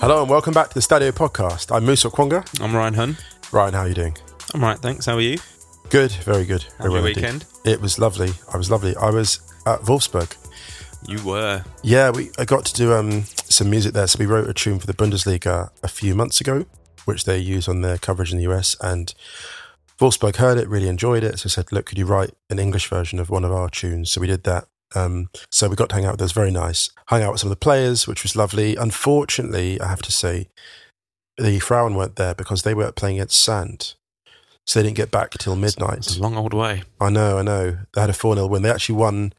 Hello and welcome back to the Stadio podcast. I'm Musa Kwonga. I'm Ryan Hun. Ryan, how are you doing? I'm right, thanks. How are you? Good, very good. How very was your well indeed. weekend? It was lovely. I was lovely. I was at Wolfsburg. You were. Yeah, we I got to do um, some music there. So we wrote a tune for the Bundesliga a few months ago, which they use on their coverage in the US. And Wolfsburg heard it, really enjoyed it. So said, "Look, could you write an English version of one of our tunes?" So we did that. Um, so we got to hang out with those. Very nice. Hung out with some of the players, which was lovely. Unfortunately, I have to say, the Frauen weren't there because they were playing at Sand. So they didn't get back till midnight. It's a long old way. I know, I know. They had a 4 0 win. They actually won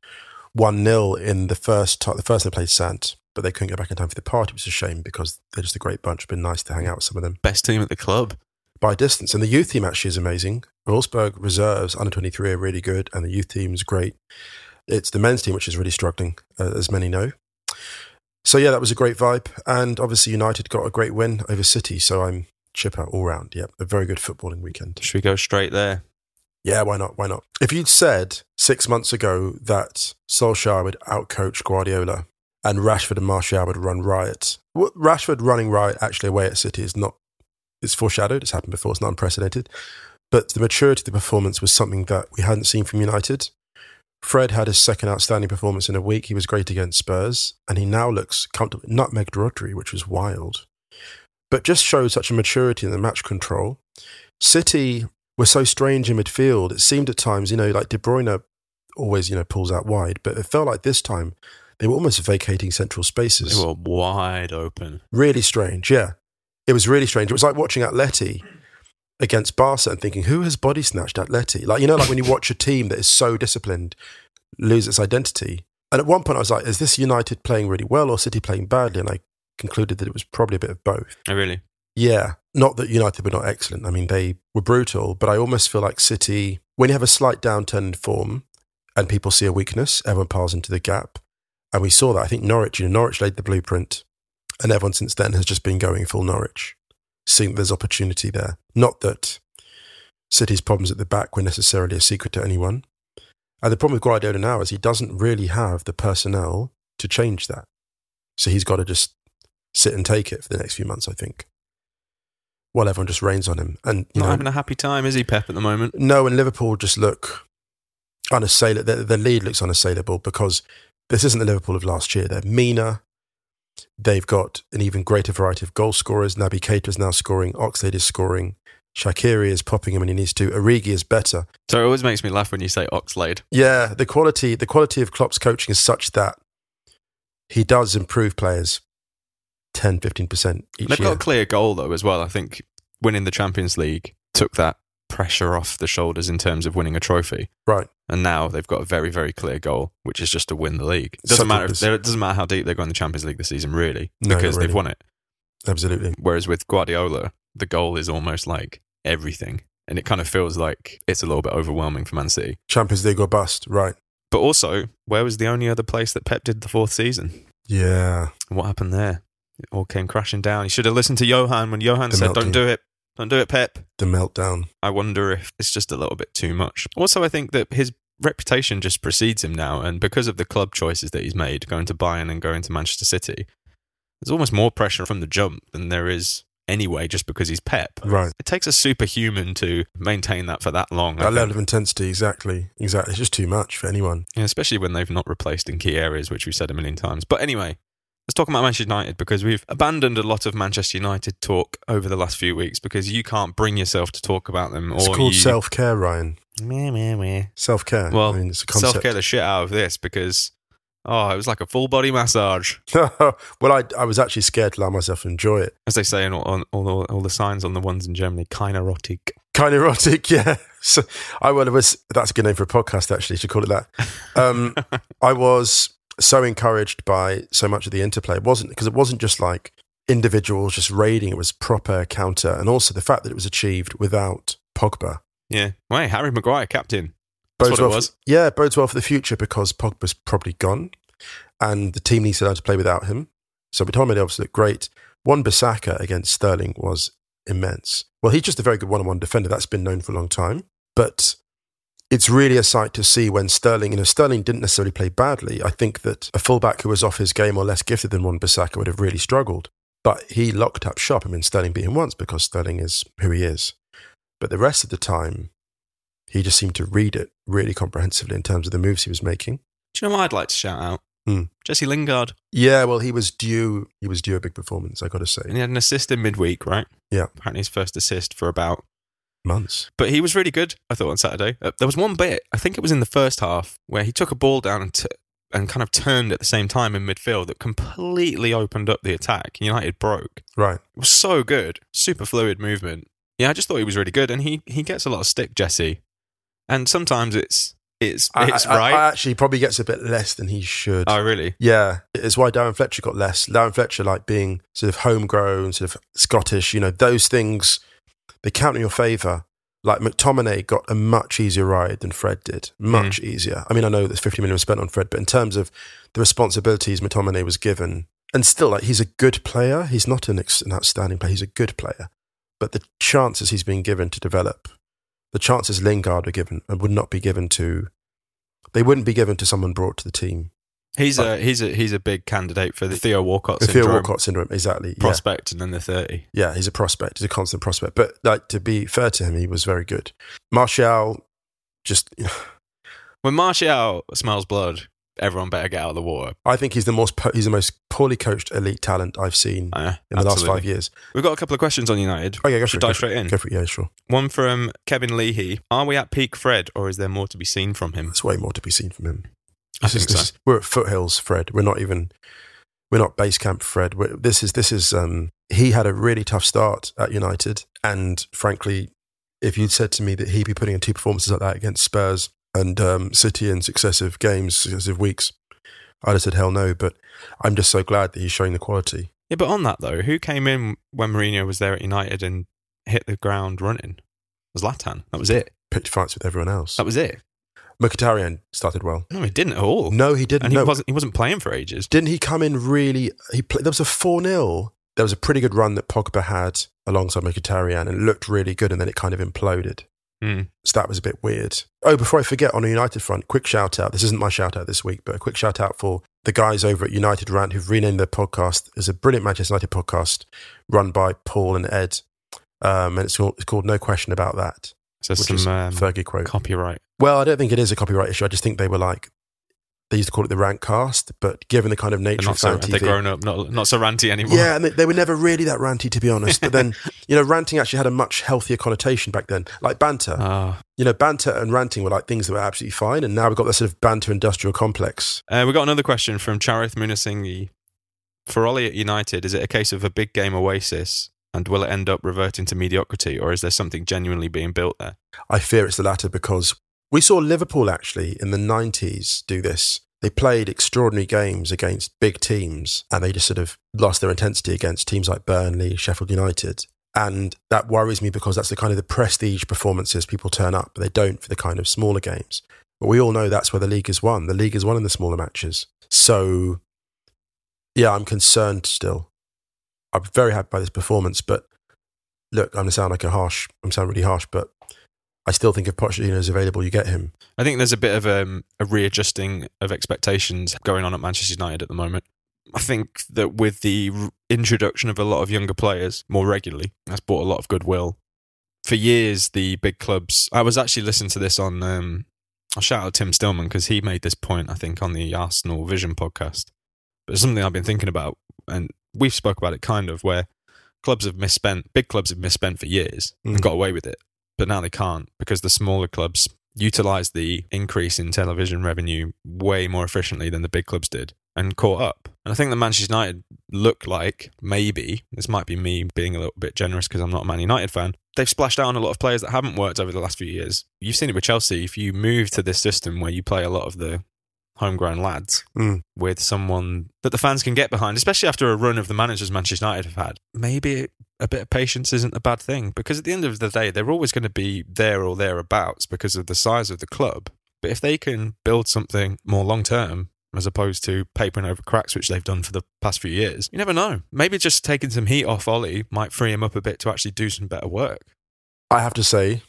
1 0 in the first time, the first time they played Sant, but they couldn't get back in time for the party, which is a shame because they're just a great bunch. Been nice to hang out with some of them Best team at the club. by distance. And the youth team actually is amazing. Wolfsburg reserves under 23 are really good, and the youth team's great. It's the men's team which is really struggling, uh, as many know. So, yeah, that was a great vibe. And obviously, United got a great win over City. So, I'm chipper all round. Yeah, a very good footballing weekend. Should we go straight there? Yeah, why not? Why not? If you'd said six months ago that Solskjaer would outcoach Guardiola and Rashford and Martial would run riot, what, Rashford running riot actually away at City is not, it's foreshadowed, it's happened before, it's not unprecedented. But the maturity of the performance was something that we hadn't seen from United. Fred had his second outstanding performance in a week. He was great against Spurs, and he now looks comfortable. Nutmeg Rodri, which was wild, but just showed such a maturity in the match control. City were so strange in midfield. It seemed at times, you know, like De Bruyne always, you know, pulls out wide, but it felt like this time they were almost vacating central spaces. They were wide open. Really strange, yeah. It was really strange. It was like watching Atleti against Barca and thinking, who has body snatched Atleti? Like, you know, like when you watch a team that is so disciplined lose its identity. And at one point I was like, is this United playing really well or City playing badly? And I concluded that it was probably a bit of both. Oh, really? Yeah. Not that United were not excellent. I mean, they were brutal, but I almost feel like City, when you have a slight downturn in form and people see a weakness, everyone piles into the gap. And we saw that. I think Norwich, you know, Norwich laid the blueprint, and everyone since then has just been going full Norwich, seeing that there's opportunity there. Not that City's problems at the back were necessarily a secret to anyone. And the problem with Guardiola now is he doesn't really have the personnel to change that. So he's got to just sit and take it for the next few months, I think. While everyone just rains on him. And you Not know, having a happy time, is he, Pep, at the moment? no, and Liverpool just look unassailable. Their, their lead looks unassailable because this isn't the Liverpool of last year. They're meaner. They've got an even greater variety of goal scorers. Naby Keita is now scoring. Oxlade is scoring. Shakiri is popping him when he needs to. Origi is better. So it always makes me laugh when you say Oxlade. Yeah, the quality the quality of Klopp's coaching is such that he does improve players 10, 15% each They've year. got a clear goal, though, as well. I think winning the Champions League took that pressure off the shoulders in terms of winning a trophy. right. And now they've got a very, very clear goal, which is just to win the league. Something It doesn't matter, that's- if they're- it doesn't matter how deep they go in the Champions League this season, really, No, not because really. they've won it. Absolutely. Whereas with Guardiola, the goal is almost like everything. And it kind of feels like it's a little bit overwhelming for Man City. Champions League or bust. Right. But also, where was the only other place that Pep did the fourth season? Yeah. What happened there? It all came crashing down. He should have listened to Johan when Johan The said, melting. Don't do it. Don't do it, Pep. The meltdown. I wonder if it's just a little bit too much. Also, I think that his reputation just precedes him now. And because of the club choices that he's made, going to Bayern and going to Manchester City, there's almost more pressure from the jump than there is anyway, just because he's Pep. Right. It takes a superhuman to maintain that for that long. I That think. level of intensity, exactly. Exactly. It's just too much for anyone. Yeah, especially when they've not replaced in key areas, which we've said a million times. But anyway, let's talk about Manchester United because we've abandoned a lot of Manchester United talk over the last few weeks because you can't bring yourself to talk about them. Or It's called you- self care, Ryan. Meh, meh, meh. Self care. Well, I mean, it's a Self concept. care the shit out of this because oh, it was like a full body massage, well, I, I was actually scared to allow myself to enjoy it. as they say in all, on all, the- all the signs on the ones in Germany. Kind erotic. Kind of erotic, yeah. So I well, it was that's a good name for a podcast. Actually, should call it that. Um, I was so encouraged by so much of the interplay. It wasn't because it wasn't just like individuals just raiding. It was proper counter, and also the fact that it was achieved without Pogba. Yeah. Wait, Harry Maguire, captain. That's Bodes what it well was. For, yeah, bodes well for the future because Pogba's probably gone, and the team needs to learn to play without him. So Mitoma obviously looked great. One Bissaka against Sterling was immense. Well, he's just a very good one-on-one defender. That's been known for a long time, but it's really a sight to see when Sterling. You know, Sterling didn't necessarily play badly. I think that a fullback who was off his game or less gifted than one Bissaka would have really struggled. But he locked up shop. I mean, Sterling beat him once because Sterling is who he is. But the rest of the time, he just seemed to read it really comprehensively in terms of the moves he was making. Do you know what I'd like to shout out? Hmm. Jesse Lingard. Yeah, well, he was due. He was due a big performance. I got to And say, he had an assist in midweek, right? Yeah. Apparently his first assist for about months. But he was really good, I thought, on Saturday. Uh, there was one bit, I think it was in the first half, where he took a ball down and, t- and kind of turned at the same time in midfield that completely opened up the attack. United broke. Right. It was so good. Super fluid movement. Yeah, I just thought he was really good. And he, he gets a lot of stick, Jesse. And sometimes it's it's I- it's I, I- right. I actually probably gets a bit less than he should. oh, really? Yeah, it's why Darren Fletcher got less. Darren Fletcher, like being sort of homegrown, sort of Scottish, you know, those things, they count in your favour. Like McTominay got a much easier ride than Fred did, much easier. I mean, I know that 50 million was spent on Fred, but in terms of the responsibilities McTominay was given, and still, like, he's a good player. He's not an, ex- an outstanding player, he's a good player. But the chances he's been given to develop, the chances Lingard were given, and would not be given to, they wouldn't be given to someone brought to the team. He's a he's a he's a big candidate for the Theo Walcott The Theo syndrome Walcott syndrome, exactly. Yeah. prospect, and then the thirty. yeah, he's a prospect. He's a constant prospect. But like to be fair to him, he was very good. Martial, just When Martial smells blood, everyone better get out of the water. I think he's the most po- he's the most poorly coached elite talent I've seen Uh, in the last five years. We've got a couple of questions on United. Okay, go for Should it. dive Go for, straight in. it. Go for it. Yeah, sure. One from Kevin Leahy. Are we at peak Fred, or is there more to be seen from him? There's way more to be seen from him. I This is- think this so. is- we're at foothills, Fred. We're not even. We're not base camp, Fred. We're, this is this is. Um, he had a really tough start at United, and frankly, if you'd said to me that he'd be putting in two performances like that against Spurs and um, City in successive games, successive weeks, I'd have said hell no. But I'm just so glad that he's showing the quality. Yeah, but on that though, who came in when Mourinho was there at United and hit the ground running? It was Latan. That was it. Picked fights with everyone else. That was it. Mkhitaryan started well. No, he didn't at all. No, he didn't. Oh. and he no, wasn't. He wasn't playing for ages. Didn't he come in really? He played. There was a four 0 There was a pretty good run that Pogba had alongside Mkhitaryan, and it looked really good, and then it kind of imploded. Hmm. So that was a bit weird. Oh, before I forget, on a United front, quick shout out. This isn't my shout out this week, but a quick shout out for the guys over at United Rant who've renamed their podcast. It's a brilliant Manchester United podcast run by Paul and Ed, um, and it's called, it's called No Question About That, So which some is um, Fergie quote. copyright. Well, I don't think it is a copyright issue. I just think they were like they used to call it the rant cast, but given the kind of They're nature not of so, fan they're TV, grown up. Not not so ranty anymore. yeah, and they, they were never really that ranty, to be honest. But then, you know, ranting actually had a much healthier connotation back then, like banter. Oh. you know, banter and ranting were like things that were absolutely fine, and now we've got this sort of banter industrial complex. Uh, we got another question from Charith Munasinghe. For Ollie at United, is it a case of a big game oasis, and will it end up reverting to mediocrity, or is there something genuinely being built there? I fear it's the latter because we saw Liverpool actually in the '90s do this. They played extraordinary games against big teams, and they just sort of lost their intensity against teams like Burnley, Sheffield United. And that worries me because that's the kind of the prestige performances people turn up, but they don't for the kind of smaller games. But we all know that's where the league is won. The league is won in the smaller matches. So, yeah, I'm concerned still. I'm very happy by this performance, but look, I'm going to sound like a harsh, I'm sound really harsh, but I still think if Pochettino is available, you get him. I think there's a bit of um, a readjusting of expectations going on at Manchester United at the moment. I think that with the r- introduction of a lot of younger players more regularly, that's brought a lot of goodwill. For years, the big clubs. I was actually listening to this on. Um, I'll shout out Tim Stillman because he made this point, I think, on the Arsenal Vision podcast. But it's something I've been thinking about, and we've spoke about it kind of where clubs have misspent, big clubs have misspent for years and Mm. got away with it, but now they can't because the smaller clubs utilized the increase in television revenue way more efficiently than the big clubs did and caught up. And I think that Manchester United look like maybe this might be me being a little bit generous because I'm not a Man United fan. They've splashed out on a lot of players that haven't worked over the last few years. You've seen it with Chelsea. If you move to this system where you play a lot of the homegrown lads Mm. with someone that the fans can get behind, especially after a run of the managers Manchester United have had, maybe a bit of patience isn't a bad thing because at the end of the day, they're always going to be there or thereabouts because of the size of the club. But if they can build something more long term, as opposed to papering over cracks, which they've done for the past few years, you never know. Maybe just taking some heat off Ollie might free him up a bit to actually do some better work. I have to say,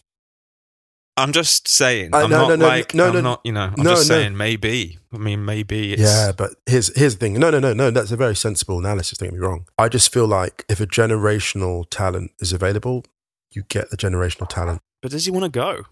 I'm just saying. I- I'm no, not no, no, like no, I'm no. not. You know, I'm No, just no. saying maybe. I mean, maybe it's Yeah, but here's here's the thing. No, no, no, no. That's a very sensible analysis. Don't get me wrong. I just feel like if a generational talent is available, you get the generational talent. But does he want to go?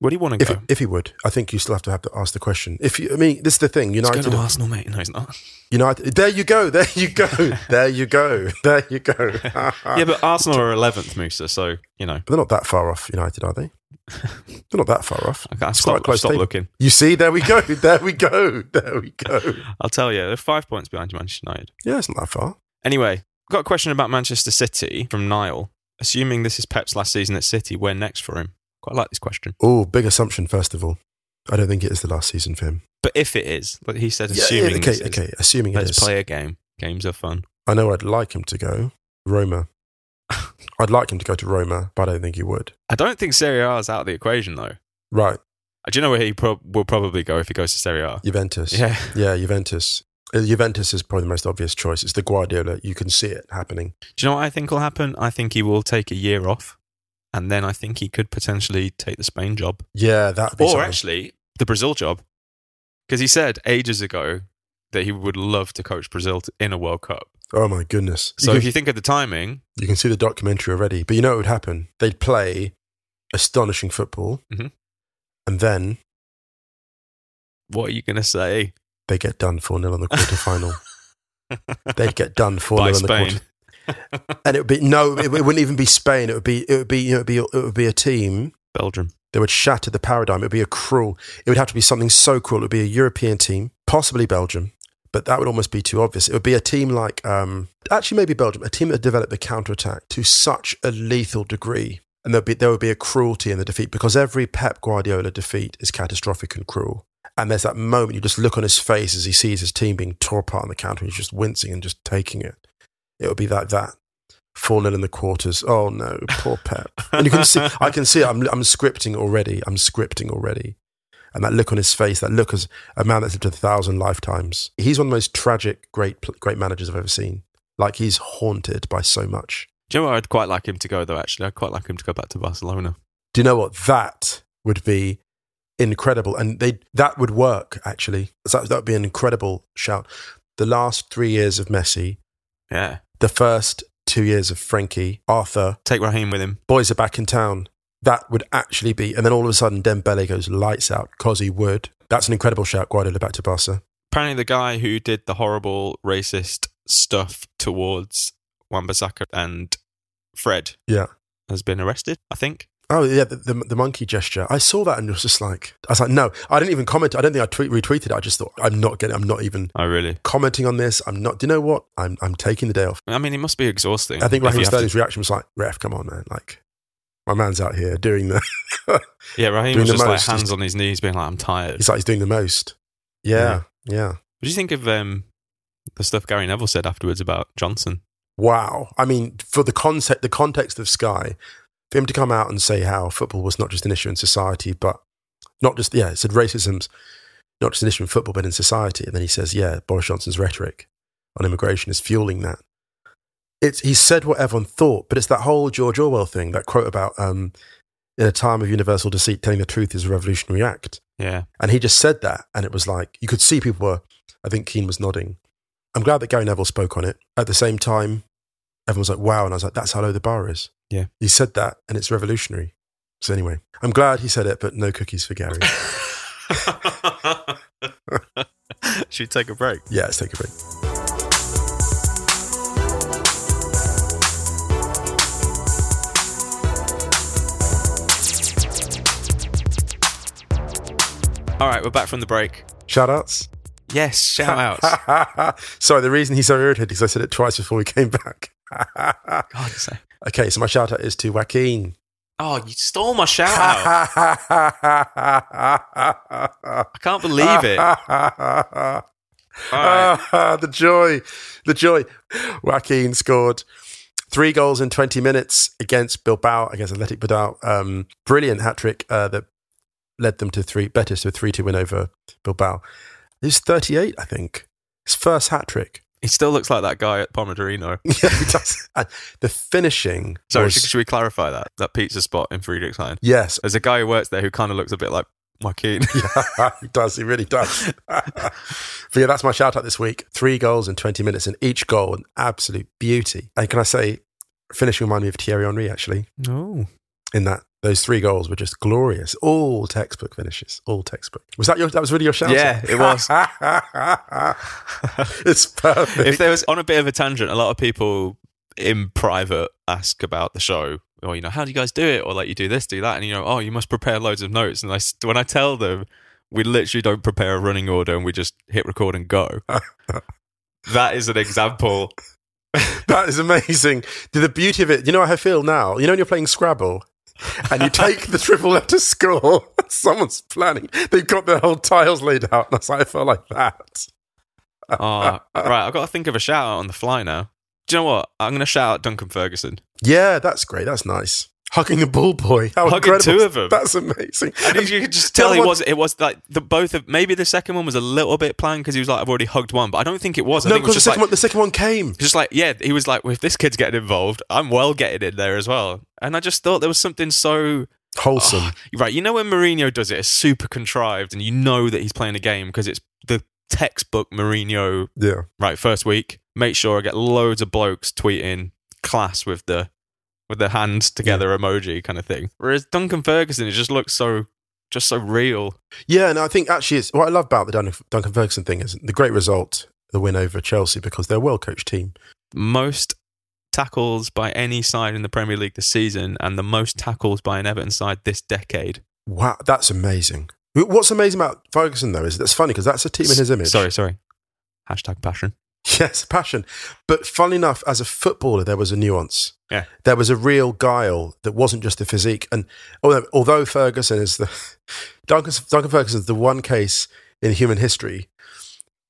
Where do you want to If go? if he would, I think you still have to have to ask the question. If you, I mean, this is the thing. He's going United, to Arsenal, mate. No, he's not. United. There you go. There you go. there you go. There you go. yeah, yeah, but Arsenal are 11th, Musa. So you know, they're not that far off. United, are they? They're not that far off. I can't quite a stop, close stop table. looking. You see, there we go. There we go. There we go. I'll tell you, they're five points behind Manchester United. Yeah, it's not that far. Anyway, got a question about Manchester City from Niall. Assuming this is Pep's last season at City, where next for him? Quite like this question. Oh, big assumption. First of all, I don't think it is the last season for him. But if it is, like he said, Yeah, assuming okay, this is, okay, assuming it let's is. play a game. Games are fun. I know I'd like him to go Roma. I'd like him to go to Roma, but I don't think he would. I don't think Serie A is out of the equation though. Uh, Right, Do you know where he prob will probably go if he goes to Serie A? Juventus. Yeah, Yeah, Juventus. Uh, Juventus is probably the most obvious choice. It's the Guardiola. You can see it happening. Do you know what I think will happen? I think he will take a year off, and then I think he could potentially take the Spain job, Yeah, that. or actually the Brazil job, because he said ages ago that he would love to coach Brazil to, in a World Cup. oh my goodness. So you, if can, you think of the timing, you can see the documentary already. But you know what would happen? They'd play astonishing football, Mhm. and then what are you going to say they get done four 0 on the quarterfinal. They'd get done four 0 by on the quarter. Spain? and it would be no, it, it wouldn't even be Spain. It would be it would be you know, it would be it would be a team Belgium. that would shatter the paradigm. It would be a cruel. It would have to be something so cruel. It would be a European team, possibly Belgium, but that would almost be too obvious. It would be a team like um, actually maybe Belgium, a team that developed the counter attack to such a lethal degree. And there'd be, there would be a cruelty in the defeat because every Pep Guardiola defeat is catastrophic and cruel. And there's that moment you just look on his face as he sees his team being torn apart on the counter and he's just wincing and just taking it. It would be like that. 4 0 in the quarters. Oh no, poor Pep. And you can see, I can see it. I'm, I'm scripting already. I'm scripting already. And that look on his face, that look as a man that's lived a thousand lifetimes. He's one of the most tragic, great, pl- great managers I've ever seen. Like he's haunted by so much. Do you know where I'd quite like him to go though? Actually, I'd quite like him to go back to Barcelona. Do you know what? That would be incredible. And they, that would work, actually. That, that would be an incredible shout. The last three years of Messi, Yeah, the first two years of Frankie, Arthur, take Raheem with him. boys are back in town. That would actually be, and then all of a sudden Dembele goes lights out because he would. That's an incredible shout, Guardiola back to Barca. apparently the guy who did the horrible racist stuff towards Wambasaka and Fred Yeah. has been arrested, I think. Oh yeah, the, the, the monkey gesture. I saw that and was just like, I was like, no, I didn't even comment. I don't think I tweet retweeted. it. I just thought, I'm not getting, I'm not even Oh, really? commenting on this. I'm not. Do you know what? I'm, I'm taking the day off. I mean, it must be exhausting. I think if you Raheem have to- Sterling's reaction was like, ref, come on, man, like. My man's out here doing the. yeah, Raheem doing was the just like most. hands on his knees, being like, "I'm tired." What He's like he's doing the most. Yeah, yeah. do you think of um, the stuff Gary Neville said afterwards about Johnson? Wow. I mean, for the concept, the context of Sky, for him to come out and say how football was not just an issue in society, but not just yeah, it said racism's not just an issue in football, but in society. And then he says, yeah, Boris Johnson's rhetoric on immigration is fueling that. It's he said what everyone thought, but it's that whole George Orwell thing, that quote about um, in a time of universal deceit, telling the truth is a revolutionary act. Yeah, And he just said that. And it was like, you could see people were, I think Keane was nodding. I'm glad that Gary Neville spoke on it. At the same time, everyone was like, wow. And I was like, that's how low the bar is. Yeah. He said that and it's revolutionary. So anyway, I'm glad he said it, but no cookies for Gary. should we take a break? yeah, let's take a break. All right, we're back from the break. Shout outs. Yes, shout outs. Sorry, the reason he's so irritated is I said it twice before we came back. God, it's like- okay, so my shout out is to Joaquin. oh, you stole my shout out. I can't believe it. All right. Ah, the joy, the joy. Joaquin scored three goals in 20 minutes against Bilbao, against Athletic Bilbao. Um, brilliant hat trick uh, that led them to three, Betis to a 3 2 win over Bilbao. He's 38, I think. His first hat trick. He still looks like that guy at Pomodorino. Yeah, he does. And the finishing. Sorry, was- should, should we clarify that? That pizza spot in Friedrichshain. yes, There's a guy who works there who kind of looks a bit like Joaquin. yeah, he does. He really does. but yeah, that's my shout out this week. Three goals in 20 minutes, and each goal an absolute beauty. And can I say, finishing reminded me of Thierry Henry actually, Oh. in that those three goals were just glorious. All textbook finishes. All textbook. Was that your? That was really your shout. Yeah, it was. it's perfect. if there was on a bit of a tangent, a lot of people in private ask about the show, or you know, how do you guys do it, or like you do this, do that, and you know, oh, you must prepare loads of notes. And I, s- when I tell them, we literally don't prepare a running order, and we just hit record and go. that is an example. That is amazing. The, the beauty of it, you know how I feel now? You know when you're playing Scrabble and you take the triple letter score, someone's planning, they've got their whole tiles laid out. That's how I felt like that. Ah, right, I've got to think of a shout out on the fly now. Do you know what? I'm going to shout out Duncan Ferguson. Yeah, that's great. That's nice. Hugging the ball boy. How Hugging incredible. two of them. That's amazing. I think you could just tell the he one- was. It was like the both of maybe the second one was a little bit planned because he was like, I've already hugged one, but I don't think it was. I no, think it because was the, just like, second one- the second one came. just like yeah he was like well, if this kid's getting involved i'm well getting in there as well and i just thought there was something so Wholesome. right you know when Mourinho does it it's super contrived and you know that he's playing a game because it's the textbook Mourinho Yeah. right first week make sure i get loads of blokes tweeting class with the with the hands together emoji kind of thing whereas duncan ferguson it just looks so just so real Yeah, and I think actually it's what I love about the Dun- Duncan Ferguson thing is the great result, the win over Chelsea, because they're a well coached team. most tackles by any side in the premier league this season and the most tackles by an everton side this decade Wow, that's amazing. What's amazing about Ferguson though is that's funny because that's a team in his image. Sorry, sorry. Hashtag passion. Yes, passion. But funnily enough, as a footballer, there was a nuance. Yeah. There was a real guile that wasn't just the physique. And although, although Ferguson is the Duncan, Duncan Ferguson is the one case in human history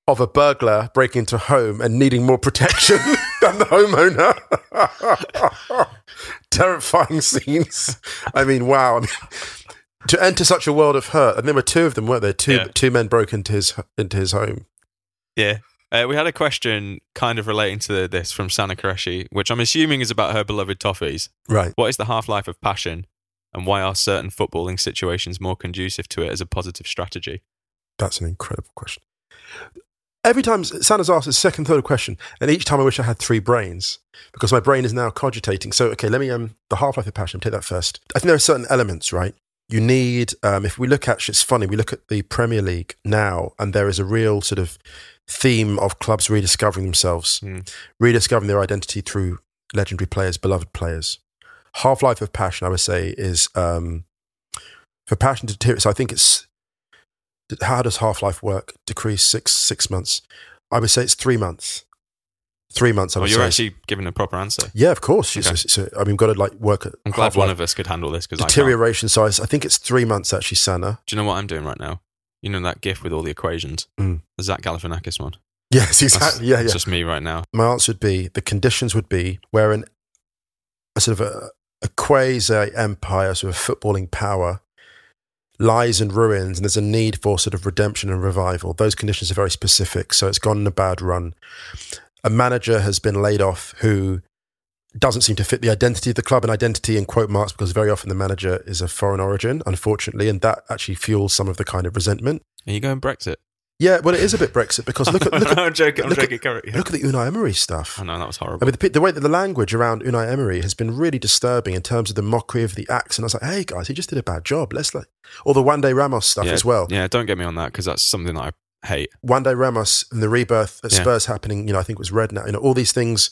of a burglar breaking into a home and needing more protection than the homeowner. Terrifying scenes. I mean, wow. I mean, to enter such a world of hurt, and there were two of them, weren't there? Two Yeah. two men broke into his into his home. Yeah. Uh, we had a question kind of relating to this from Sana Qureshi, which I'm assuming is about her beloved toffees. Right. What is the half life of passion, and why are certain footballing situations more conducive to it as a positive strategy? That's an incredible question. Every time Santa's asked a second, third question, and each time I wish I had three brains because my brain is now cogitating. So, okay, let me um the half life of passion. Take that first. I think there are certain elements, right? You need um, if we look at it's funny. We look at the Premier League now, and there is a real sort of theme of clubs rediscovering themselves, Mm. rediscovering their identity through legendary players, beloved players. Half life of passion, I would say, is um, for passion to deteriorate. So I think it's how does half life work? Decrease six six months. I would say it's three months. Three months. I Well, would Oh, you're say. actually giving a proper answer. yeah, of course. Okay. It's- it's- I mean, got to like work at I'm glad half-life. one of us could handle this because I can't. deterioration size. I think it's three months actually, Sana. Do you know what I'm doing right now? You know that GIF with all the equations? Mm. The Zach Galifianakis one. Yes, That's- exactly. Yeah, It's yeah. just me right now. My answer would be the conditions would be where an a sort of a, a quasi empire, sort of footballing power, lies in ruins, and there's a need for sort of redemption and revival. Those conditions are very specific, so it's gone on a bad run. A manager has been laid off who doesn't seem to fit the identity of the club and identity in quote marks because very often the manager is of foreign origin, unfortunately, and that actually fuels some of the kind of resentment. Are you going Brexit? Yeah, well, it is a bit Brexit because look at look at, I'm joking. I'm look at- joking. Carry on. look at the Unai Emery stuff. I know, that was I horrible. mean, the, pe- the way that the language around Unai Emery has been really disturbing in terms of the mockery of the accent. I was like, hey guys, he just did a bad job. Let's like, or the One Day Ramos stuff yeah, as well. Yeah, don't get me on that because that's something that I hate. One Day Ramos and the rebirth at Yeah. Spurs happening. You know, I think it was Red now. You know, all these things.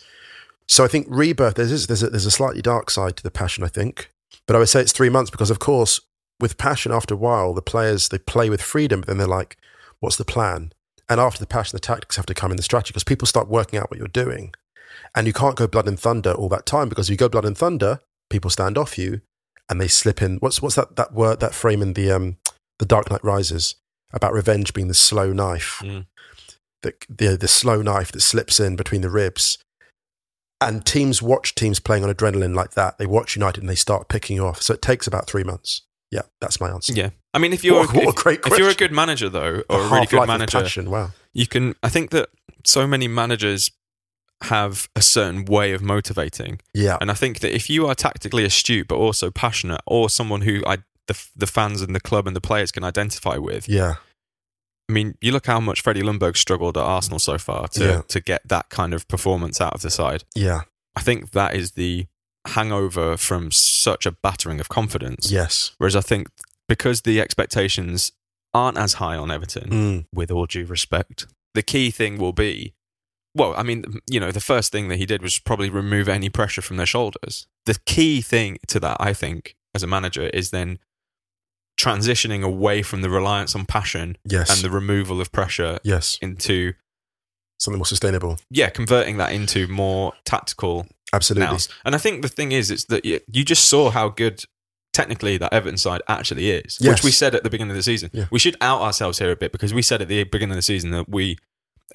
So I think rebirth. There's this- there's a, there's a slightly dark side to the passion. I think, but I would say it's three months because, of course, with passion, after a while, the players they play with freedom, but then they're like, what's the plan? And after the passion, the tactics have to come in the strategy because people start working out what you're doing, and you can't go blood and thunder all that time because if you go blood and thunder, people stand off you, and they slip in. What's what's that that word that frame in the um the Dark Knight Rises about revenge being the slow knife, Mm. the, the the slow knife that slips in between the ribs. And teams watch teams playing on adrenaline like that. They watch United and they start picking you off. So it takes about three months. Yeah, that's my answer. Yeah, I mean, if you're What a- what a if, great if you're a question. good manager though, The or a really half-life good of manager, passion. Wow. you can. I think that so many managers have a certain way of motivating. Yeah. And I think that if you are tactically astute but also passionate, or someone who I the, the fans and the club and the players can identify with, Yeah. I mean, you look how much Freddie Lundberg struggled at Arsenal so far to Yeah. to get that kind of performance out of the side. Yeah. I think that is the hangover from such a battering of confidence. Yes. Whereas I think because the expectations aren't as high on Everton, Mm. with all due respect, the key thing will be well, I mean, you know, the first thing that he did was probably remove any pressure from their shoulders. The key thing to that, I think, as a manager, is then transitioning away from the reliance on passion Yes. and the removal of pressure yes. into, Something more sustainable. yeah, converting that into more tactical Absolutely. nous. And I think the thing is, it's that you, you just saw how good technically that Everton side actually is, Yes. which we said at the beginning of the season. Yeah. We should out ourselves here a bit because we said at the beginning of the season that we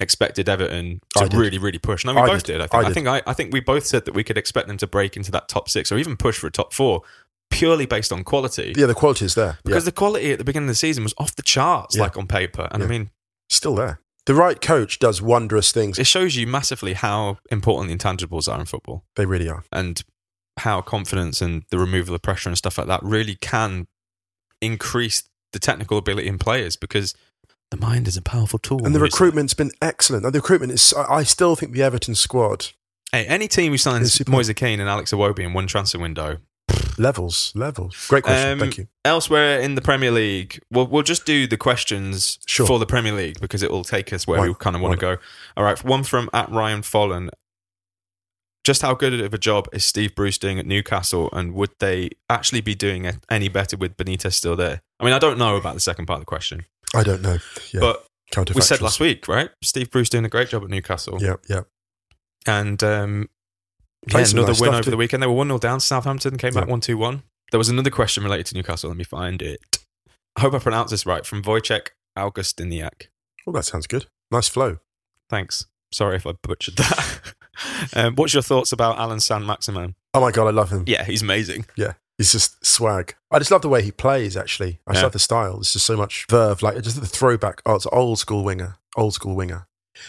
expected Everton I to did. really, really push. No, we I both did. did. I think. I I, did. think. I, I think we both said that we could expect them to break into that top six or even push for a top four purely based on quality. Yeah, the quality is there. Yeah. Because the quality at the beginning of the season was off the charts, Yeah. like on paper. And Yeah. I mean, Still there. The right coach does wondrous things. it shows you massively how important the intangibles are in football. They really are. and how confidence and the removal of pressure and stuff like that really can increase the technical ability in players because the mind is a powerful tool. And the It's- recruitment's been excellent. And the recruitment is, I I still think the Everton squad Hey, any team who signs It's super- Moise Keane and Alex Iwobi in one transfer window. levels, levels. Great question. Um, Thank you. Elsewhere in the Premier League, we'll, we'll just do the questions Sure. for the Premier League because it will take us where Why- we kind of want to why go. All right, one from at Ryan Follen. Just how good of a job is Steve Bruce doing at Newcastle, and would they actually be doing it any better with Benitez still there? I mean, I don't know about the second part of the question, I don't know. Yeah. but counterfactuals. we said last week, right? Steve Bruce doing a great job at Newcastle, Yeah, yeah. and um, yeah, Played some another nice win stuff, over too. the weekend. They were one 0 down. to Southampton came back Yeah. one two one. There was another question related to Newcastle. Let me find it. I hope I pronounced this right. From Wojciech Augustiniak. Well, Oh, that sounds good. Nice flow. Thanks. Sorry if I butchered that. um, what's your thoughts about Alan San Maximan? Oh my God, I love him. Yeah, he's amazing. He's just swag. I just love the way he plays, actually. I just Yeah. love the style. There's just so much verve, like just the throwback. Oh, it's old school winger. Old school winger.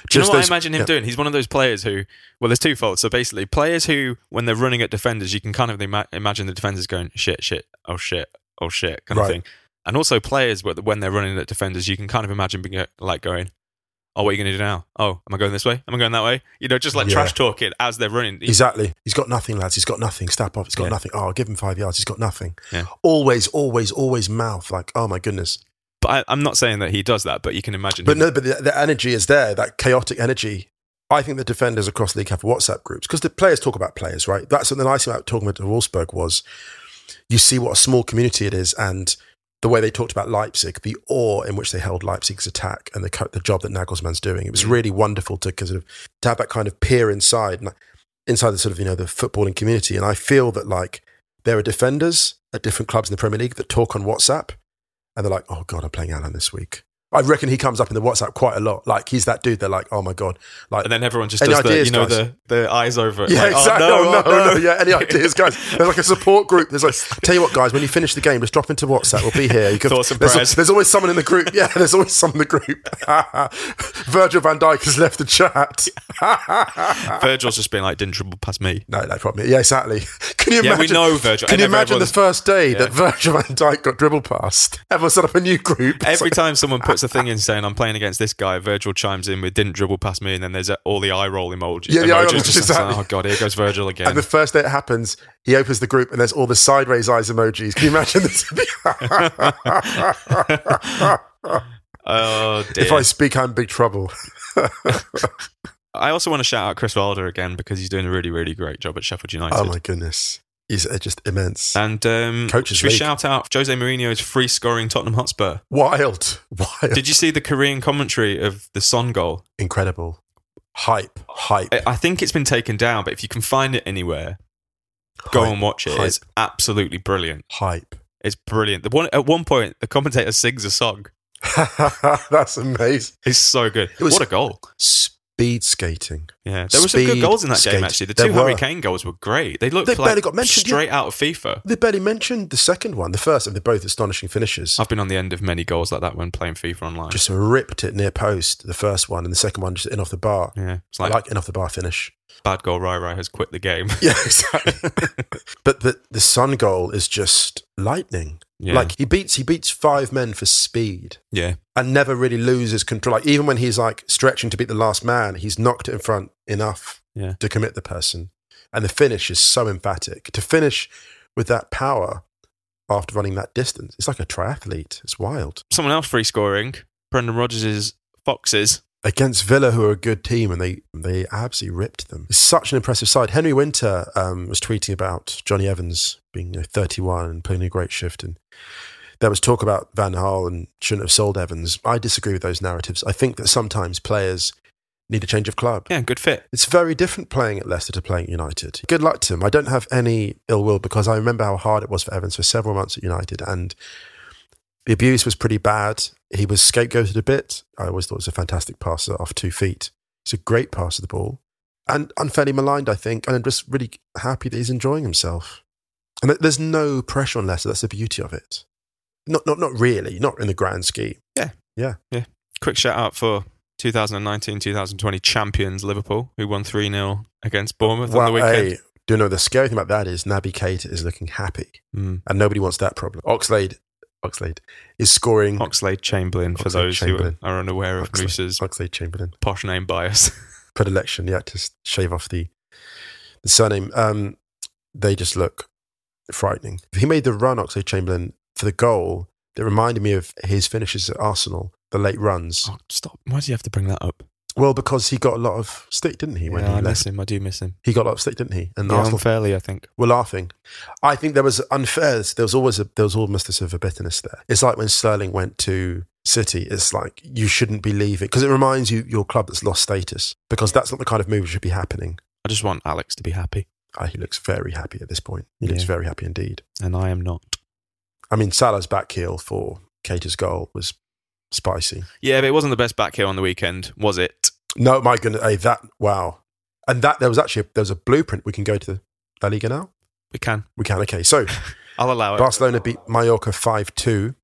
Do you know Just what those- I imagine him yeah. doing? He's one of those players who, well, there's twofold. So basically, players who, when they're running at defenders, you can kind of ima- imagine the defenders going, shit, shit, oh shit, oh shit, kind Right. of thing. And also players, wh- when they're running at defenders, you can kind of imagine being like going, oh, what are you going to do now? Oh, am I going this way? Am I going that way? You know, just like Yeah. trash talking as they're running. Exactly. He's got nothing, lads. He's got nothing. Step off. He's got Yeah. nothing. Oh, give him five yards. He's got nothing. Yeah. Always, always, always mouth. Like, oh my goodness. But I, I'm not saying that he does that, but you can imagine. But him- no, but the, the energy is there, that chaotic energy. I think the defenders across the league have WhatsApp groups because the players talk about players, right? That's what the nice thing about talking about Wolfsburg was you see what a small community it is and the way they talked about Leipzig, the awe in which they held Leipzig's attack and the, co- the job that Nagelsmann's doing. It was really wonderful to kind of to have that kind of peer inside, and inside the sort of, you know, the footballing community. And I feel that like there are defenders at different clubs in the Premier League that talk on WhatsApp and they're like, oh God, I'm playing Alan this week. I reckon he comes up in the WhatsApp quite a lot. Like he's that dude. They're like, oh my God. Like, and then everyone just Any does the, ideas, you know, guys? the, the eyes over. it, yeah, like, oh, exactly. no, Oh, no, oh, no, Yeah, any ideas, guys? There's like a support group. There's like, tell you what, guys, when you finish the game, just drop into WhatsApp. We'll be here. You can, Thoughts and there's, prayers. there's always someone in the group. Yeah, there's always someone in the group. Virgil van Dijk has left the chat. Virgil's just being like, didn't dribble past me. no, no problem. Yeah, exactly. Can you Yeah, imagine? we know Virgil. Can And you everyone- imagine the first day that Virgil van Dijk got dribbled past? Everyone set up a new group. It's Every time someone puts a thing in saying I'm playing against this guy, Virgil chimes in with "didn't dribble past me," and then there's uh, all the eye roll emoji. Yeah, the eye roll emojis, just exactly. like, Oh god, here goes Virgil again. And the first day it happens, he opens the group and there's all the sideways eyes emojis. Can you imagine this? oh dear. if I speak, I'm in big trouble. I also want to shout out Chris Wilder again because he's doing a really, really great job at Sheffield United. Oh my goodness. He's uh, just immense. and um, Coaches should we League. shout out Jose Mourinho's free scoring Tottenham Hotspur? Wild. Wild. Did you see the Korean commentary of the Son goal? Incredible. Hype. Hype. I, I think it's been taken down, but if you can find it anywhere, go hype, and watch it. Hype. It's absolutely brilliant. Hype. It's brilliant. The one at one point, the commentator sings a song. That's amazing. It's so good. It was- what a goal! speed skating. Yeah, there were some good Speed goals in that game skate. actually. The There two were. Harry Kane goals were great. They looked They like barely got mentioned, straight out of FIFA. They barely mentioned the second one. The first, and they're both astonishing finishes. I've been on the end of many goals like that when playing FIFA online. Just ripped it near post, the first one, and the second one just in off the bar. yeah, it's I like, like in off the bar finish. bad goal. Rai Rai has quit the game. Yeah, exactly. but the, the sun goal is just lightning. yeah, Like he beats he beats five men for speed yeah, and never really loses control. Like even when he's like stretching to beat the last man, he's knocked it in front enough Yeah. to commit the person. And the finish is so emphatic. To finish with that power after running that distance, it's like a triathlete. It's wild. someone else free scoring. Brendan Rodgers' foxes. against Villa, who are a good team, and they they absolutely ripped them. It's such an impressive side. Henry Winter um, was tweeting about Johnny Evans being you know, 31 and playing a great shift, and there was talk about Van Hal and shouldn't have sold Evans. I disagree with those narratives. I think that sometimes players need a change of club. Yeah, good fit. It's very different playing at Leicester to playing at United. Good luck to him. I don't have any ill will because I remember how hard it was for Evans for several months at United and the abuse was pretty bad. He was scapegoated a bit. I always thought he was a fantastic passer off two feet. He's a great passer of the ball and unfairly maligned, I think. And I'm just really happy that he's enjoying himself. And that there's no pressure on Leicester. That's the beauty of it. Not, not, not really, not in the grand scheme. Quick shout out for 2019-2020 champions Liverpool, who won three 0 against Bournemouth on the weekend. hey, do you know the scary thing about that is Naby Keita is looking happy. Mm. and nobody wants that problem. Oxlade, Oxlade is scoring. Oxlade Chamberlain, for Oxlade those Chamberlain. who are unaware of Oxlade. Moose's Oxlade Chamberlain posh name bias. predilection. Yeah, to s- shave off the the surname. Um, they just look frightening. He made the run, Oxlade Chamberlain, for the goal that reminded me of his finishes at Arsenal, the late runs. oh, stop! Why do you have to bring that up? Well, because he got a lot of stick, didn't he? When yeah, he I miss left, him. I do miss him. he got a lot of stick, didn't he? And Yeah, Arsenal unfairly, I think. were laughing. I think there was unfair. There was always a, there was almost a sort of a bitterness there. It's like when Sterling went to City. It's like you shouldn't be leaving because it reminds you your club that's lost status because that's not the kind of move that should be happening. I just want Alex to be happy, Ah, he looks very happy at this point. He looks Yeah. very happy indeed. and I am not. I mean, Salah's back heel for Cater's goal was spicy. Yeah, but it wasn't the best back heel on the weekend, was it? No, my goodness, hey, that wow, and that there was actually a, there was a blueprint. We can go to the La Liga now. We can. We can. Okay, so I'll allow it. Barcelona beat Mallorca 5 2.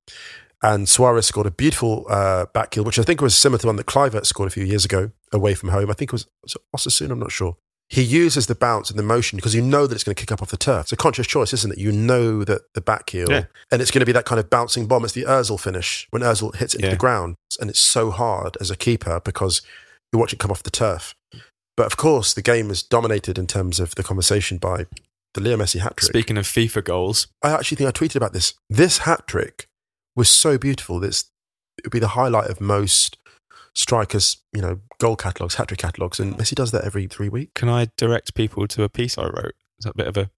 And Suarez scored a beautiful uh, back heel, which I think was similar to one that Clivert scored a few years ago away from home. I think it was, was it Osasuna, I'm not sure. He uses the bounce and the motion because you know that it's going to kick up off the turf. It's a conscious choice, isn't it? You know that the back heel, Yeah. and it's going to be that kind of bouncing bomb. It's the Özil finish when Özil hits it into Yeah. the ground, and it's so hard as a keeper because you watch it come off the turf. But of course, the game is dominated in terms of the conversation by the Leo Messi hat trick. Speaking of FIFA goals, I actually think I tweeted about this. This hat trick was so beautiful. This it would be the highlight of most strikers, you know, goal catalogs, hat trick catalogs, and Messi does that every three weeks. can I direct people to a piece I wrote? Is that a bit of a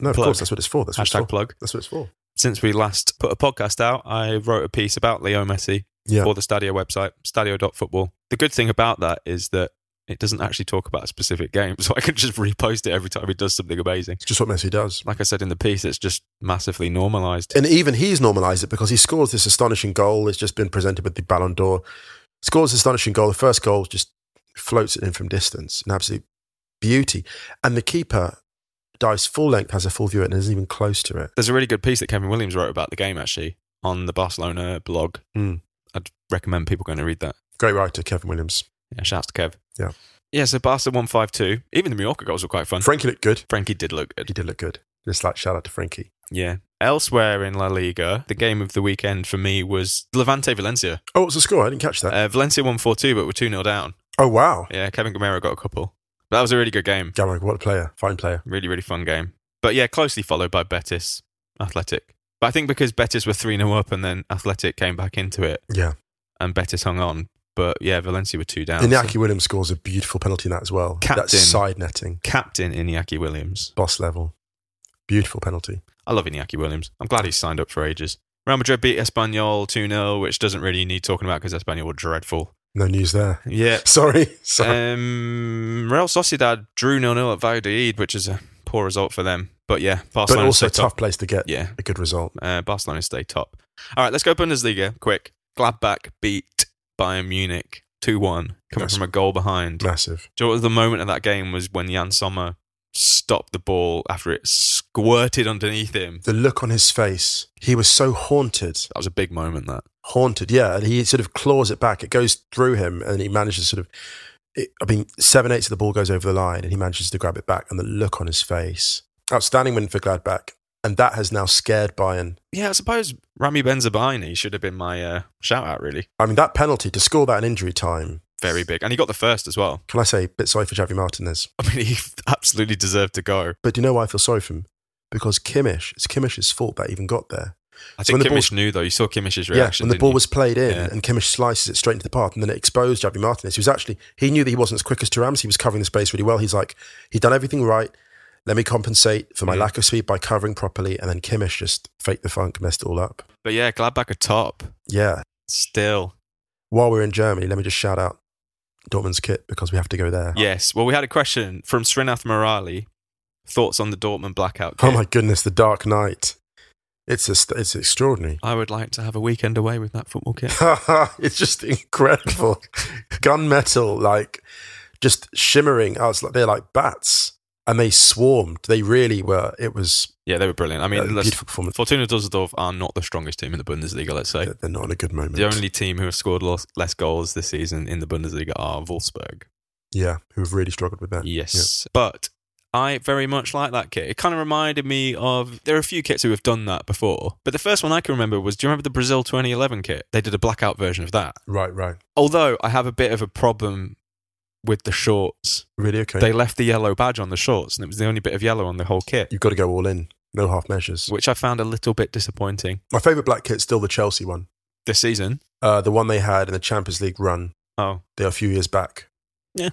No, of Plug. course, that's what it's for. That's what it's hashtag for. plug? That's what it's for. Since we last put a podcast out, I wrote a piece about Leo Messi Yeah. for the Stadio website, stadio.football. The good thing about that is that it doesn't actually talk about a specific game, so I can just repost it every time he does something amazing. It's just what Messi does. Like I said in the piece, it's just massively normalized. And even he's normalised it because he scores this astonishing goal. It's just been presented with the Ballon d'Or. Scores this astonishing goal. The first goal just floats it in from distance. An absolute beauty. And the keeper dives full length, has a full view of it, and isn't even close to it. There's a really good piece that Kevin Williams wrote about the game actually on the Barcelona blog. Mm. I'd recommend people going to read that. Great writer, Kevin Williams. Yeah, shouts to Kev. Yeah. Yeah, so Barca 152. Even the Mallorca goals were quite fun. Frankie looked good. Frankie did look good. He did look good. Just like shout out to Frankie. Yeah. Elsewhere in La Liga, the game of the weekend for me was Levante Valencia. Oh, what's the score? I didn't catch that. Uh, Valencia 142, but were 2 0 down. oh wow, Yeah, Kevin Gamero got a couple. That was a really good game. Gamma, what a player, fine player. Really, really fun game. But yeah, closely followed by Betis Athletic. But I think because Betis were 3 0 up and then Athletic came back into it Yeah, and Betis hung on. But yeah, Valencia were two down. Iñaki So Williams scores a beautiful penalty in that as well. Captain. That's side netting, captain Iñaki Williams. boss level, beautiful penalty. I love Iñaki Williams. I'm glad he's signed up for ages. Real Madrid beat Espanyol 2 0, which doesn't really need talking about because Espanyol were dreadful. No news there. Yeah. Sorry, sorry. Um, Real Sociedad drew 0 0 at Valladolid, which is a poor result for them. But yeah, but Barcelona also a stay top. tough place to get Yeah, a good result. uh, Barcelona stay top. All right, let's go Bundesliga quick. Gladbach beat Bayern Munich 2 1, coming Yes. from a goal behind. Massive. Do you know what the moment of that game was when Jan Sommer stopped the ball after it squirted underneath him? The look on his face, he was so haunted. That was a big moment, that. Haunted, yeah. And he sort of claws it back. It goes through him and he manages to sort of, it, I mean, seven eighths of the ball goes over the line and he manages to grab it back. And the look on his face. Outstanding win for Gladbach. And that has now scared Bayern. Yeah, I suppose Rami Benzabaini should have been my uh, shout out, really. I mean, that penalty to score that in injury time. Very big. And he got the first as well. Can I say, bit sorry for Javi Martinez? I mean, he absolutely deserved to go. But do you know why I feel sorry for him? Because Kimmich, it's Kimmish's fault that he even got there. I So think when the Kimmich knew, though. You saw Kimmich's Yeah, reaction. when the didn't ball you? was played in Yeah. and Kimmich slices it straight into the path and then it exposed Javi Martinez. He was actually, he knew that he wasn't as quick as Turams. He was covering the space really well. He's like, he'd done everything right. Let me compensate for my Mhm. lack of speed by covering properly. And then Kimmich just faked the funk, messed it all up. But yeah, Gladbach are top. Yeah. Still. While we're in Germany, let me just shout out Dortmund's kit because we have to go there. Yes. Well, we had a question from Srinath Murali. Thoughts on the Dortmund blackout Oh kit? my goodness, the Dark Knight. It's, a, st- it's extraordinary. I would like to have a weekend away with that football kit. it's just incredible. Gunmetal, like just shimmering. I was like, they're like bats. And they swarmed. They really were. It was Yeah, they were brilliant. I a mean, let's, beautiful performance. Fortuna Düsseldorf are not the strongest team in the Bundesliga, let's say. They're not in a good moment. The only team who have scored los- less goals this season in the Bundesliga are Wolfsburg. yeah, who have really struggled with that. Yes. But I very much like that kit. It kind of reminded me of there are a few kits who have done that before. But the first one I can remember was do you remember the Brazil 2011 kit? They did a blackout version of that. Right, right. Although I have a bit of a problem with the shorts. Really? Okay. They left the yellow badge on the shorts and it was the only bit of yellow on the whole kit, You've got to go all in. No half measures. which I found a little bit disappointing My favourite black kit's still the Chelsea one. this season. Uh, the one they had in the Champions League run Oh, there a few years back. Yeah.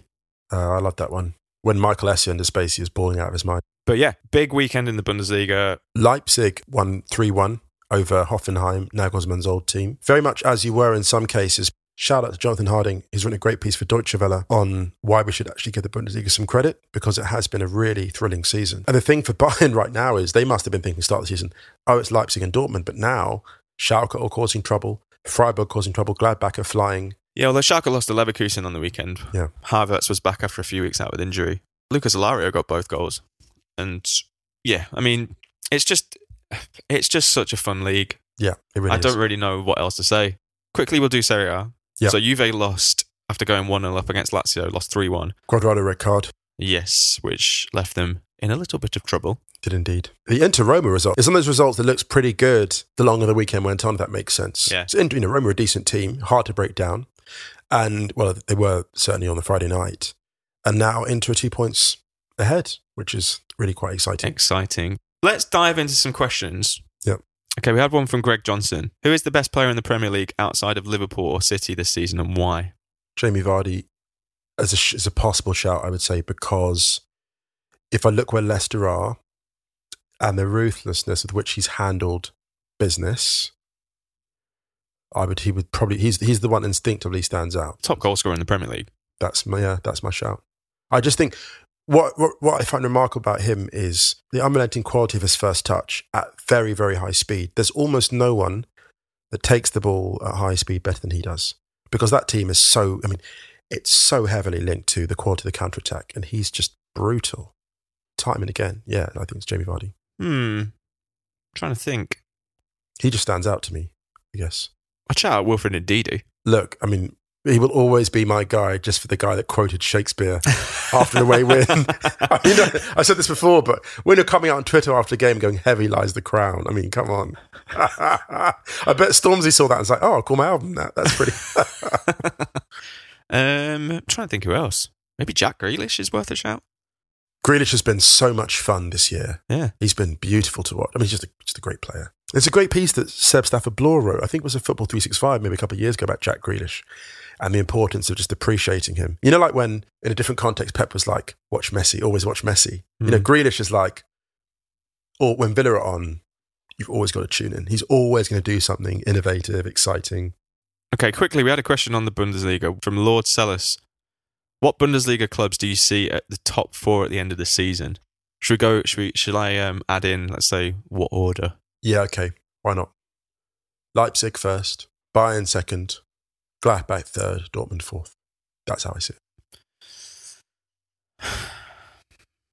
Uh, I love that one. When Michael Essien de Spacey is balling out of his mind. But yeah, big weekend in the Bundesliga. Leipzig won 3 1 over Hoffenheim, Nagelsmann's old team. Very much as you were in some cases. Shout out to Jonathan Harding. He's written a great piece for Deutsche Welle on why we should actually give the Bundesliga some credit because it has been a really thrilling season. And the thing for Bayern right now is they must have been thinking start of the season, oh, it's Leipzig and Dortmund. But now Schalke are causing trouble, Freiburg causing trouble, Gladbach are flying. Yeah, although Schalke lost to Leverkusen on the weekend. Yeah. Havertz was back after a few weeks out with injury. Lucas Alario got both goals. And yeah, I mean, it's just it's just such a fun league. Yeah, it really I is. don't really know what else to say. Quickly, we'll do Serie A. Yeah. So Juve lost after going 1 0 up against Lazio, lost 3 1. Quadrado red card. Yes, which left them in a little bit of trouble. Did indeed. The Inter Roma result is one of those results that looks pretty good the longer the weekend went on, if that makes sense. Yeah. So, Inter, you know, Roma are a decent team, hard to break down. And, well, they were certainly on the Friday night. And now Inter are two points ahead, which is really quite exciting. Exciting. Let's dive into some questions. Yep. Okay, we had one from Greg Johnson. Who is the best player in the Premier League outside of Liverpool or City this season and why? Jamie Vardy, as a, sh- as a possible shout, I would say, because if I look where Leicester are and the ruthlessness with which he's handled business, I would, he would probably, he's, he's the one instinctively stands out. Top goal scorer in the Premier League. that's my yeah, that's my shout. I just think what, what what I find remarkable about him is the unrelenting quality of his first touch at very very high speed. There's almost no one that takes the ball at high speed better than he does because that team is so. I mean, it's so heavily linked to the quality of the counter attack, and he's just brutal, time and again. Yeah, I think it's Jamie Vardy. Hmm. trying to think. He just stands out to me. I guess. I shout out Wilfred Ndidi. Look, I mean, he will always be my guy, just for the guy that quoted Shakespeare after the away win. I mean, I, I said this before, but when you're coming out on Twitter after a game going, heavy lies the crown. I mean, come on. I bet Stormzy saw that and was like, oh, I'll call my album that. That's pretty. um, I'm trying to think who else. Maybe Jack Grealish is worth a shout. Grealish has been so much fun this year. Yeah. He's been beautiful to watch. I mean, he's just a, just a great player. It's a great piece that Seb Stafford Bloor wrote. I think it was a Football 365, maybe a couple of years ago, about Jack Grealish and the importance of just appreciating him. You know, like when in a different context, Pep was like, watch Messi, always watch Messi. You know, Mm. Grealish is like, or when Villa are on, you've always got to tune in. He's always going to do something innovative, exciting. Okay, quickly, we had a question on the Bundesliga from Lord Sellis. What Bundesliga clubs do you see at the top four at the end of the season? Should we go? Should we? Shall I um, add in? Let's say what order? Yeah, okay. Why not? Leipzig first, Bayern second, Gladbach third, Dortmund fourth. That's how I see it.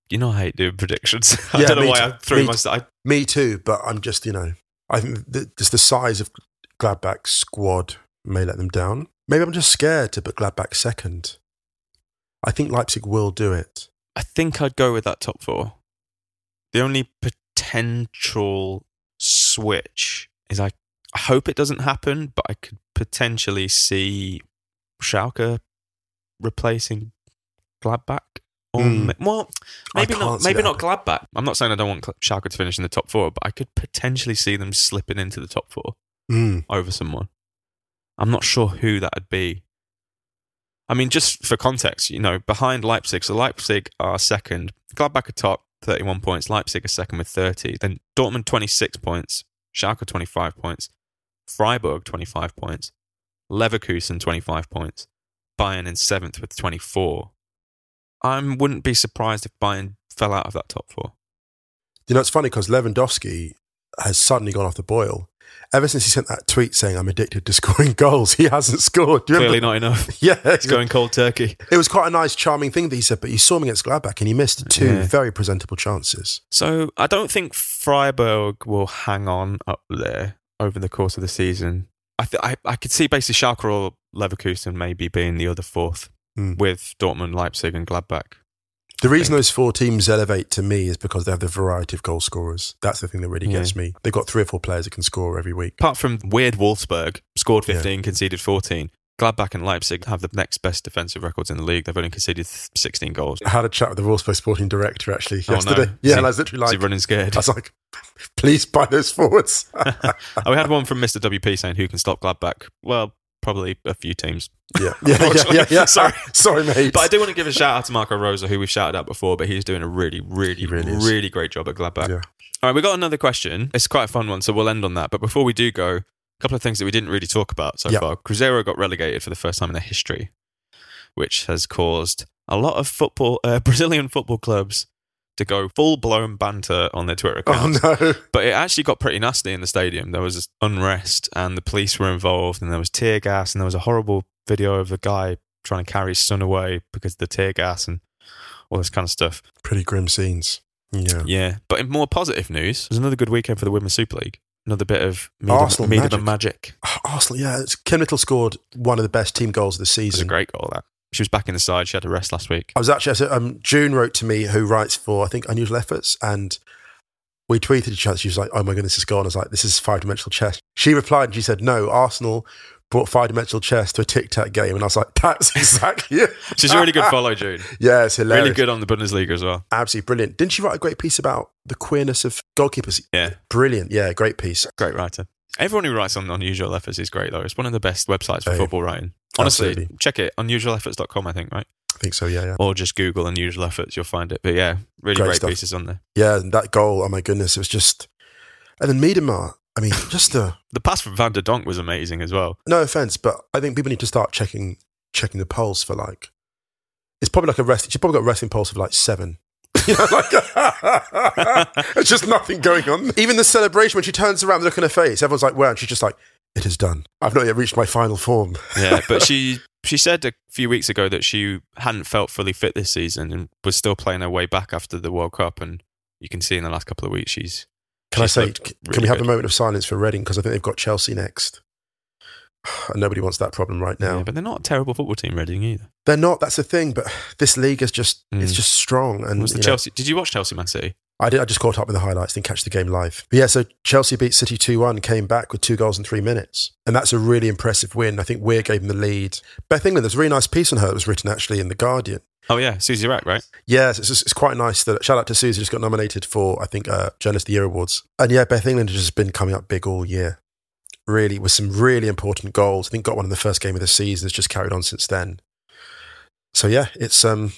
You know I hate doing predictions. I Yeah, don't know me why too. I threw Me myself. I, Me too, but I'm just, you know, I think the, just the size of Gladbach's squad may let them down. Maybe I'm just scared to put Gladbach second. I think Leipzig will do it. I think I'd go with that top four. The only potential switch is I, I hope it doesn't happen, but I could potentially see Schalke replacing Gladbach. Or Hmm. ma- well, I maybe can't not. see Maybe that not Gladbach. I'm not saying I don't want Cl- Schalke to finish in the top four, but I could potentially see them slipping into the top four Mm. over someone. I'm not sure who that would be. I mean, just for context, you know, behind Leipzig, so Leipzig are second, Gladbach are top, 31 points, Leipzig are second with 30, then Dortmund 26 points, Schalke 25 points, Freiburg 25 points, Leverkusen 25 points, Bayern in seventh with 24. I wouldn't be surprised if Bayern fell out of that top four. You know, it's funny because Lewandowski has suddenly gone off the boil. Ever since he sent that tweet saying, I'm addicted to scoring goals, he hasn't scored. Do you remember- Clearly not enough. Yeah, It's going cold turkey. it was quite a nice, charming thing that he said, but you saw him against Gladbach and he missed two Yeah. very presentable chances. So I don't think Freiburg will hang on up there over the course of the season. I th- I, I could see basically Schalke or Leverkusen maybe being the other fourth Hmm. with Dortmund, Leipzig, and Gladbach. The reason those four teams elevate to me is because they have the variety of goal scorers. That's the thing that really Yeah. gets me. They've got three or four players that can score every week. Apart from weird Wolfsburg, scored Yeah. 15, conceded 14. Gladbach and Leipzig have the next best defensive records in the league. They've only conceded th- 16 goals. I had a chat with the Wolfsburg sporting director actually Oh, no. yesterday. Is Yeah, he- and I was literally Is he like, running scared? I was like, please buy those forwards. oh, we had one from Mr. WP saying, who can stop Gladbach? Well, probably a few teams. yeah. yeah, yeah, yeah, yeah. Sorry. sorry, mate. But I do want to give a shout out to Marco Rosa, who we've shouted out before, but he's doing a really, really, He really really, is. great job at Gladbach. Yeah. All right, we got another question. It's quite a fun one, so we'll end on that. But before we do go, a couple of things that we didn't really talk about so Yeah. far. Cruzeiro got relegated for the first time in their history, which has caused a lot of football uh, Brazilian football clubs to go full blown banter on their Twitter accounts. oh no. But it actually got pretty nasty in the stadium. There was this unrest, and the police were involved, and there was tear gas, and there was a horrible video of a guy trying to carry his son away because of the tear gas and all this kind of stuff. Pretty grim scenes. Yeah. Yeah. But in more positive news, it was another good weekend for the Women's Super League. Another bit of meet Arsenal meet and magic. Arsenal, yeah. It's, Kim Little scored one of the best team goals of the It was a season. great goal, that. She was back in the side. She had a rest last week. I was actually, I said, um, June wrote to me, who writes for, I think, Unusual Efforts, and we tweeted each other. She was like, oh my goodness, it's gone. I was like, this is five dimensional chess. She replied and she said, no, Arsenal brought five dimensional chess to a tic tac game. And I was like, that's exactly it. She's a really good follow, June. Yeah, it's hilarious. Really good on the Bundesliga as well. Absolutely brilliant. Didn't she write a great piece about the queerness of goalkeepers? Yeah. Brilliant. Yeah, great piece. Great writer. Everyone who writes on Unusual Efforts is great, though. It's one of the best websites for Hey. football writing. Honestly, Absolutely. check it. Unusualefforts.com, I think, right? I think so. Yeah, yeah. or just Google unusual efforts, you'll find it. But yeah, really Great great, stuff. pieces on there. Yeah, and that goal, oh my goodness, it was just. And then Miedemar, I mean, just a. The pass from Van der Donk was amazing as well. no offense, but I think people need to start checking checking the pulse for like. It's probably like a rest. She's probably got a resting pulse of like seven. You know, like, it's just nothing going on. Even the celebration when she turns around, the look on her face, everyone's like, "Wow!" And she's just like, "It is done. I've not yet reached my final form." Yeah, but she she said a few weeks ago that she hadn't felt fully fit this season and was still playing her way back after the World Cup. And you can see in the last couple of weeks she's Can She's I say? looked c- really can we have good. a moment of silence for Reading because I think they've got Chelsea next, and nobody wants that problem right now. yeah, but they're not a terrible football team, Reading either. They're not. That's the thing. But this league is just it's Mm. just strong. And was the you know, Chelsea? Did you watch Chelsea Man City? I did. I just caught up with the highlights, didn't catch the game live. But yeah, so Chelsea beat City 2 1, came back with two goals in three minutes. And that's a really impressive win. I think Weir gave them the lead. Beth England, there's a really nice piece on her that was written actually in The Guardian. Oh yeah, Susie Rack, right? Yes, it's, it's quite nice that shout out to Susie, just got nominated for, I think, uh, Journalist of the Year Awards. And yeah, Beth England has just been coming up big all year, really, with some really important goals. I think got one in the first game of the season, has just carried on since then. So yeah, it's um,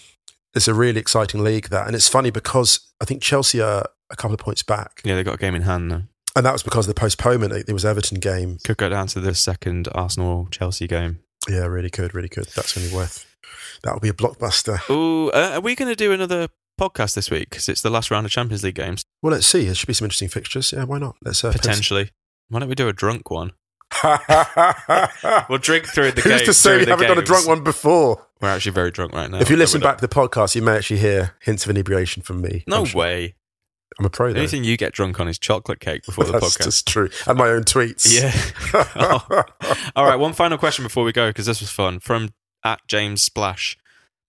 it's a really exciting league that, and it's funny because I think Chelsea are a couple of points back, Yeah, they got a game in hand now. and that was because of the postponement. It, it was Everton game. Could go down to the second Arsenal Chelsea game. Yeah, really good, really good. That's going to be worth. That will be a blockbuster. Oh, uh, are we going to do another podcast this week? Because it's the last round of Champions League games. Well, let's see. There should be some interesting fixtures. Yeah, why not? Let's uh, pencil- Potentially. Why don't we do a drunk one? We'll drink through the Who's game. to say we during the haven't done a games. drunk one before? We're actually very drunk right now. if you We're listen not- back Oh, to the podcast, you may actually hear hints of inebriation from me. no I'm, sh- way. I'm a pro The though. only thing you get drunk on is chocolate cake before the That's podcast. just true. And my own tweets. Yeah. All right, one final question before we go because this was fun from at James Splash.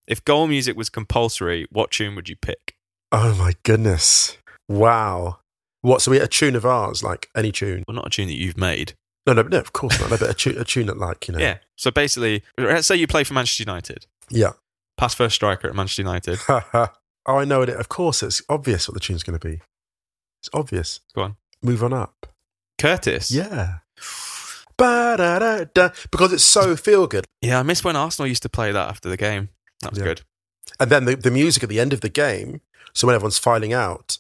If goal music was compulsory, what tune would you pick? oh my goodness. Wow. What? So we had a tune of ours, like any tune. Well, not a tune that you've made. No, no, no. Of course not. No, but a tune, a tune that, like you know. Yeah. So basically, let's say you play for Manchester United, Yeah. pass first striker at Manchester United. oh, I know it. Of course, it's obvious what the tune's going to be. It's obvious. Go on. Move on up. Curtis. Yeah. Ba-da-da-da. Because it's so feel good. Yeah, I miss when Arsenal used to play that after the game. That was Yeah. good. And then the, the music at the end of the game. So when everyone's filing out,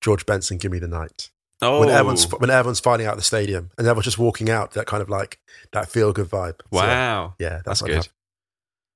George Benson, give me the night. Oh, When, everyone's, when everyone's filing out the stadium and everyone's just walking out, that kind of like that feel good vibe. So, wow. yeah, that's, That's what I'd good. have.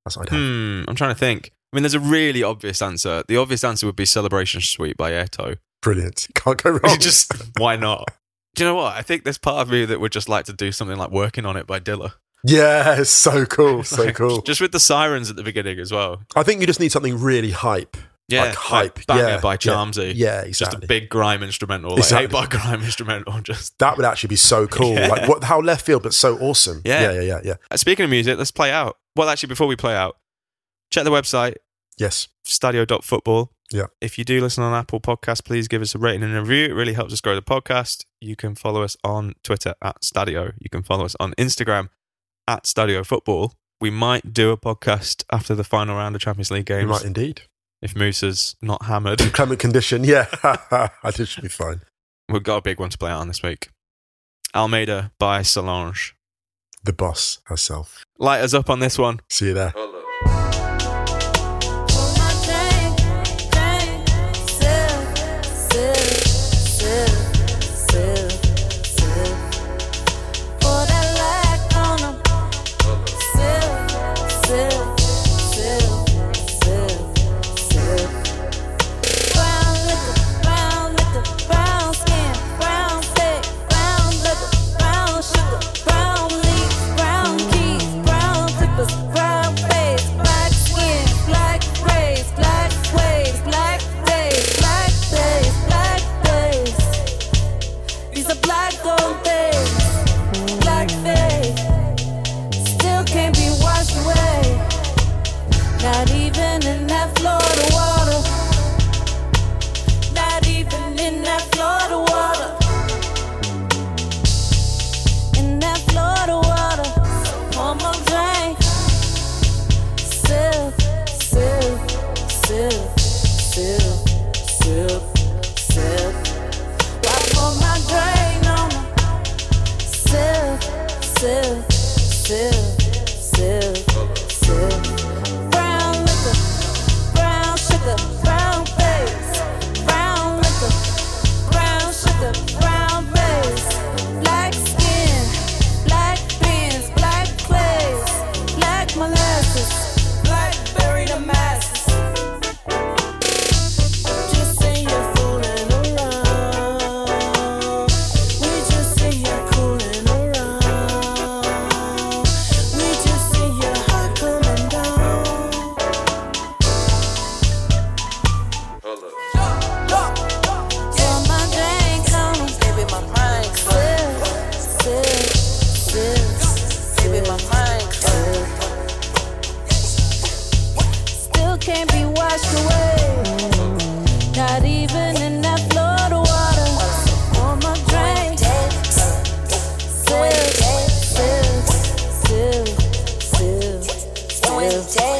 That's what I'd have. Hmm, I'm trying to think. I mean, there's a really obvious answer. The obvious answer would be Celebration Suite by Eto. Brilliant. Can't go wrong. just why not? Do you know what? I think there's part of me that would just like to do something like working on it by Dilla. yeah, it's so cool. So Like, cool. Just with the sirens at the beginning as well. I think you just need something really hype. Yeah, Like hype, Banger yeah, by yeah, Charmsy. Yeah, Just exactly. a big grime instrumental, like Exactly. eight bar grime instrumental. Just that would actually be so cool. Yeah. Like what? How left field, but so awesome. Yeah. yeah, yeah, yeah. yeah. Uh, speaking of music, let's play out. Well, actually, before we play out, check the website Yes. stadio.football. Yeah. If you do listen on Apple Podcast, please give us a rating and a review. It really helps us grow the podcast. You can follow us on Twitter at Stadio. You can follow us on Instagram at Stadio Football. We might do a podcast after the final round of Champions League You games might indeed. if Moosa's not hammered. Clement condition. Yeah, I think it should be fine. We've got a big one to play out on this week. Almeida by Solange. The boss herself. Light us up on this one. See you there. Hold my drink, drink, sip, sip, sip, sip, sip. Pour that light on 'em. Sip, sip, sip, sip, sip. Brown liquor, brown liquor, brown skin, brown steak, brown liquor, brown sugar, brown leaves, brown keys, brown clippers, brown face, black skin, black rays, black waves, black days, black days, black days. These are black gold days, black days. Still can't be washed away. Not even in that Florida water. Not even in that Florida water. In that Florida water. One more drink. Sip, sip, sip, sip, sip, sip. I pour my drink on 'em. Sip, sip, sip, sip, sip. Brown liquor, brown sugar, brown face, brown liquor, brown sugar, brown face, black skin, black beans, black clays, black molasses, blackberry the masses. Just sitting here fooling around. We just sitting here fooling around. We just sitting here hot coming down. Pour my drink on 'em. Baby, my mind sip, sip, sip. Baby, my mind sip. Still can't be washed away. Not even in that Florida water. Pour my drink. Sip, sip, sip, sip, sip.